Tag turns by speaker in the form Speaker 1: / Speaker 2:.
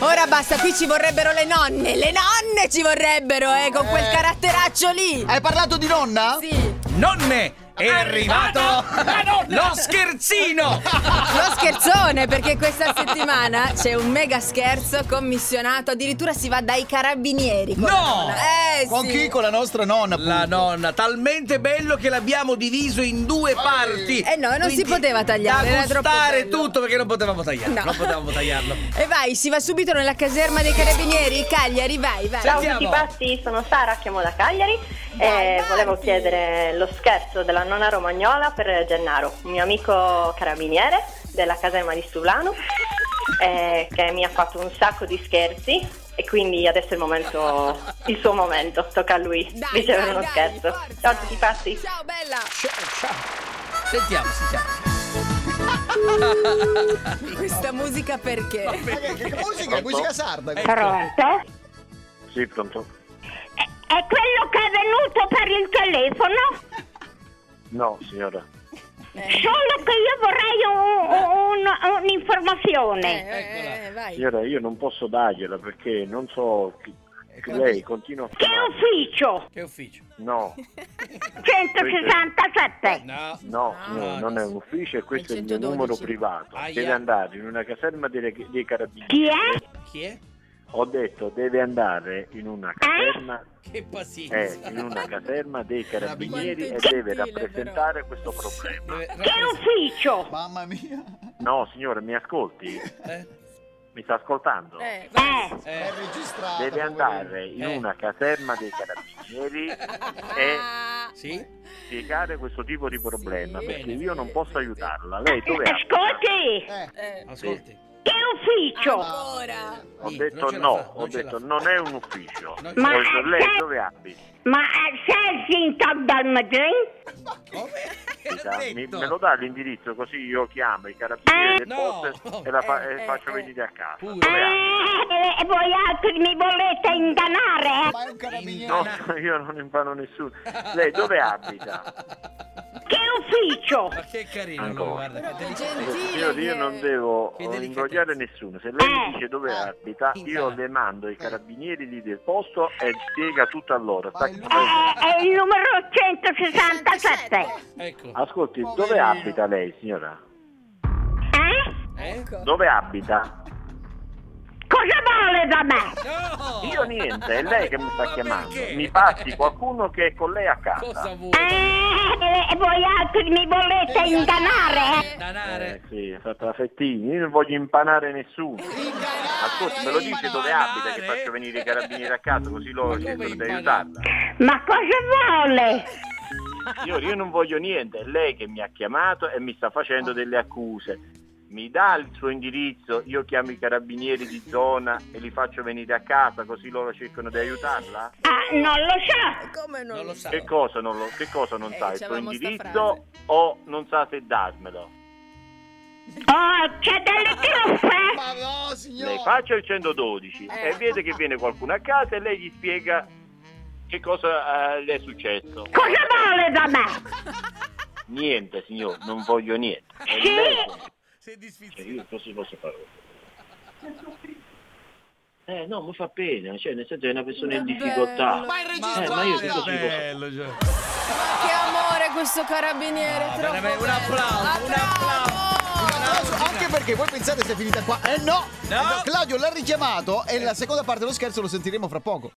Speaker 1: Ora basta, qui ci vorrebbero le nonne. Le nonne ci vorrebbero, eh, con quel caratteraccio lì.
Speaker 2: Hai parlato di nonna?
Speaker 1: Sì.
Speaker 3: Nonne! È arrivato
Speaker 4: la nonna!
Speaker 3: lo scherzino!
Speaker 1: Lo scherzone, perché questa settimana c'è un mega scherzo commissionato. Addirittura si va dai carabinieri. con
Speaker 3: No!
Speaker 1: la nonna. Eh,
Speaker 2: Con
Speaker 1: sì.
Speaker 2: chi? Con la nostra nonna.
Speaker 3: La nonna, talmente bello che l'abbiamo diviso in due parti.
Speaker 1: Eh no, non si poteva tagliare, era
Speaker 3: Da
Speaker 1: troppo
Speaker 3: gustare
Speaker 1: bello.
Speaker 3: tutto perché non potevamo tagliarlo.
Speaker 1: No.
Speaker 3: Non potevamo tagliarlo.
Speaker 1: E vai, si va subito nella caserma dei carabinieri. Cagliari, vai, vai.
Speaker 3: Ciao.
Speaker 5: Ciao a tutti
Speaker 3: Sentiamo.
Speaker 5: pazzi, sono Sara, chiamo da Cagliari
Speaker 1: Dai,
Speaker 5: e volevo
Speaker 1: avanti.
Speaker 5: chiedere lo scherzo della nonna romagnola per Gennaro, un mio amico carabiniere della caserma di Stulano eh, che mi ha fatto un sacco di scherzi e quindi adesso è il momento, il suo momento, tocca a lui
Speaker 1: Dai,
Speaker 5: ricevere
Speaker 1: dai,
Speaker 5: uno
Speaker 1: dai,
Speaker 5: scherzo.
Speaker 1: forza.
Speaker 5: Ciao a tutti pazzi.
Speaker 1: Ciao, bella.
Speaker 3: Sentiamo, sentiamo.
Speaker 1: Questa musica perché?
Speaker 2: Ma che- che musica, musica sarda.
Speaker 3: Eh,
Speaker 6: Pronto?
Speaker 7: Sì, pronto?
Speaker 6: È è quello che è venuto per il telefono?
Speaker 7: No, signora.
Speaker 6: Solo che io vorrei un- un- un-
Speaker 1: Eh,
Speaker 6: un'informazione.
Speaker 1: eh, eh, vai.
Speaker 7: Signora, io non posso dargliela perché non so chi... che lei continua a
Speaker 6: Che
Speaker 7: chiamare.
Speaker 6: ufficio?
Speaker 7: eh.
Speaker 3: Che ufficio?
Speaker 7: No,
Speaker 6: 167.
Speaker 3: No.
Speaker 7: no, signora, non è un ufficio e questo è il
Speaker 1: 112.
Speaker 7: mio numero privato.
Speaker 3: Aia.
Speaker 7: Deve andare in una caserma delle- dei carabinieri.
Speaker 6: Chi è?
Speaker 3: Chi è?
Speaker 7: Ho detto deve andare in una caserma,
Speaker 3: Che pazienza.
Speaker 7: eh, in una caserma dei carabinieri e
Speaker 1: Quanto è
Speaker 7: deve
Speaker 1: gentile,
Speaker 7: rappresentare questo problema.
Speaker 3: Dove-
Speaker 6: Che ufficio?
Speaker 2: Mamma mia.
Speaker 7: No, signora, mi ascolti?
Speaker 3: Eh?
Speaker 7: Mi sta ascoltando?
Speaker 1: Eh, vai.
Speaker 6: Eh,
Speaker 2: È
Speaker 3: Eh.
Speaker 2: registrata.
Speaker 7: Deve andare in
Speaker 3: Eh.
Speaker 7: una caserma dei carabinieri e
Speaker 1: Ah,
Speaker 3: Sì?
Speaker 7: spiegare questo tipo di problema
Speaker 1: Sì.
Speaker 7: perché
Speaker 3: Bene.
Speaker 7: io non posso aiutarla. Lei dove abita?
Speaker 6: ascolti.
Speaker 2: poverina. Eh,
Speaker 1: eh,
Speaker 3: Ascolti.
Speaker 6: Che ufficio?
Speaker 1: Ancora.
Speaker 7: Ho
Speaker 3: Niente,
Speaker 7: detto
Speaker 3: non ce la
Speaker 7: no,
Speaker 3: fa,
Speaker 7: ho
Speaker 3: non ce la
Speaker 7: detto
Speaker 3: fa.
Speaker 7: non è un ufficio.
Speaker 3: Non
Speaker 6: Ma-
Speaker 7: Ho detto, lei dove abita?
Speaker 6: Ma eh, sei Sinton dal Madrid?
Speaker 7: Esatto, Mi-
Speaker 3: detto?
Speaker 7: me lo dà l'indirizzo così io chiamo i carabinieri
Speaker 6: Eh,
Speaker 7: del
Speaker 3: no.
Speaker 7: posto e, la fa-
Speaker 1: Eh,
Speaker 7: e
Speaker 1: eh,
Speaker 7: faccio
Speaker 1: eh.
Speaker 7: venire a casa.
Speaker 3: Pure.
Speaker 7: Dove abita?
Speaker 6: Eh, voi altri mi volete eh? ingannare?
Speaker 2: Ma è un carabiniere.
Speaker 7: No, io non impano nessuno. Lei dove abita?
Speaker 6: eh? Che ufficio?
Speaker 3: Ma che carino, lui,
Speaker 7: Ancora.
Speaker 3: guarda. Che
Speaker 1: Che
Speaker 3: delicato.
Speaker 1: gentile.
Speaker 7: Io, io non devo
Speaker 3: Che delicatezza.
Speaker 7: imbrogliare nessuno. Se lei mi
Speaker 6: Eh.
Speaker 7: dice dove
Speaker 2: Eh.
Speaker 7: abita, io
Speaker 3: Inganna.
Speaker 7: le mando i carabinieri lì del posto e spiega tutto a loro.
Speaker 2: Ma
Speaker 7: Sta-
Speaker 2: è lui-
Speaker 6: Eh, è il numero 167.
Speaker 3: Ecco.
Speaker 7: Ascolti, dove
Speaker 2: Poverino.
Speaker 7: abita lei, signora?
Speaker 6: Eh?
Speaker 3: Eh?
Speaker 1: Ecco.
Speaker 7: Dove abita?
Speaker 6: Cosa vuole da me?
Speaker 3: No!
Speaker 7: Io niente, è lei che mi sta
Speaker 3: Ma
Speaker 7: chiamando.
Speaker 3: perché?
Speaker 7: Mi passi qualcuno che è con lei a
Speaker 3: Cosa
Speaker 7: casa.
Speaker 3: vuoi?
Speaker 6: Eh, voi altri mi volete ingannare?
Speaker 7: Eh,
Speaker 3: Danare.
Speaker 7: sì, è fatta la fettini, io non voglio impanare nessuno.
Speaker 3: Eh,
Speaker 7: Ascolti, me lo dice dove abita che
Speaker 3: Impanare?
Speaker 7: faccio venire i carabinieri a casa così loro
Speaker 3: Ma come
Speaker 7: cercano di
Speaker 3: impanare?
Speaker 7: aiutarla.
Speaker 6: Ma cosa vuole?
Speaker 7: Signore, io non voglio niente, è lei che mi ha chiamato e mi sta
Speaker 3: Ah.
Speaker 7: facendo delle accuse. Mi dà il suo indirizzo, io chiamo i carabinieri di zona e li faccio venire a casa così loro cercano di aiutarla?
Speaker 6: Ah, non lo so.
Speaker 1: Eh, Come non,
Speaker 3: Non lo sa.
Speaker 7: Che cosa non, lo- che cosa non
Speaker 1: Eh,
Speaker 7: sa? Il suo
Speaker 1: dicevamo sta
Speaker 7: indirizzo o non sa se darmelo?
Speaker 6: Oh, c'è delle truppe?
Speaker 2: Ma no, signora.
Speaker 7: Lei faccia il 112
Speaker 1: Eh.
Speaker 7: e vede che viene qualcuno a casa e lei gli spiega che cosa eh, le è successo.
Speaker 6: Cosa vuole da me?
Speaker 7: Niente signore, non voglio niente. È
Speaker 6: Sì.
Speaker 7: lei che-
Speaker 3: Sei disfizzato.
Speaker 7: Cioè, io così posso fare. Eh no, mi fa pena, cioè nel senso è una persona in
Speaker 1: Che
Speaker 7: difficoltà.
Speaker 1: bello.
Speaker 2: Ma è
Speaker 7: Eh, ma io che
Speaker 2: registrata.
Speaker 7: cosa ci posso
Speaker 3: Bello, cioè. Gio.
Speaker 1: Che amore questo carabiniere,
Speaker 3: No,
Speaker 1: troppo
Speaker 3: veramente, Ah, un
Speaker 1: bello.
Speaker 3: applauso, un applauso.
Speaker 1: Bravo!
Speaker 2: Applauso, Anche perché voi pensate se è finita qua. Eh no!
Speaker 3: No. Eh.
Speaker 2: Claudio l'ha richiamato e la seconda parte dello scherzo lo sentiremo fra poco.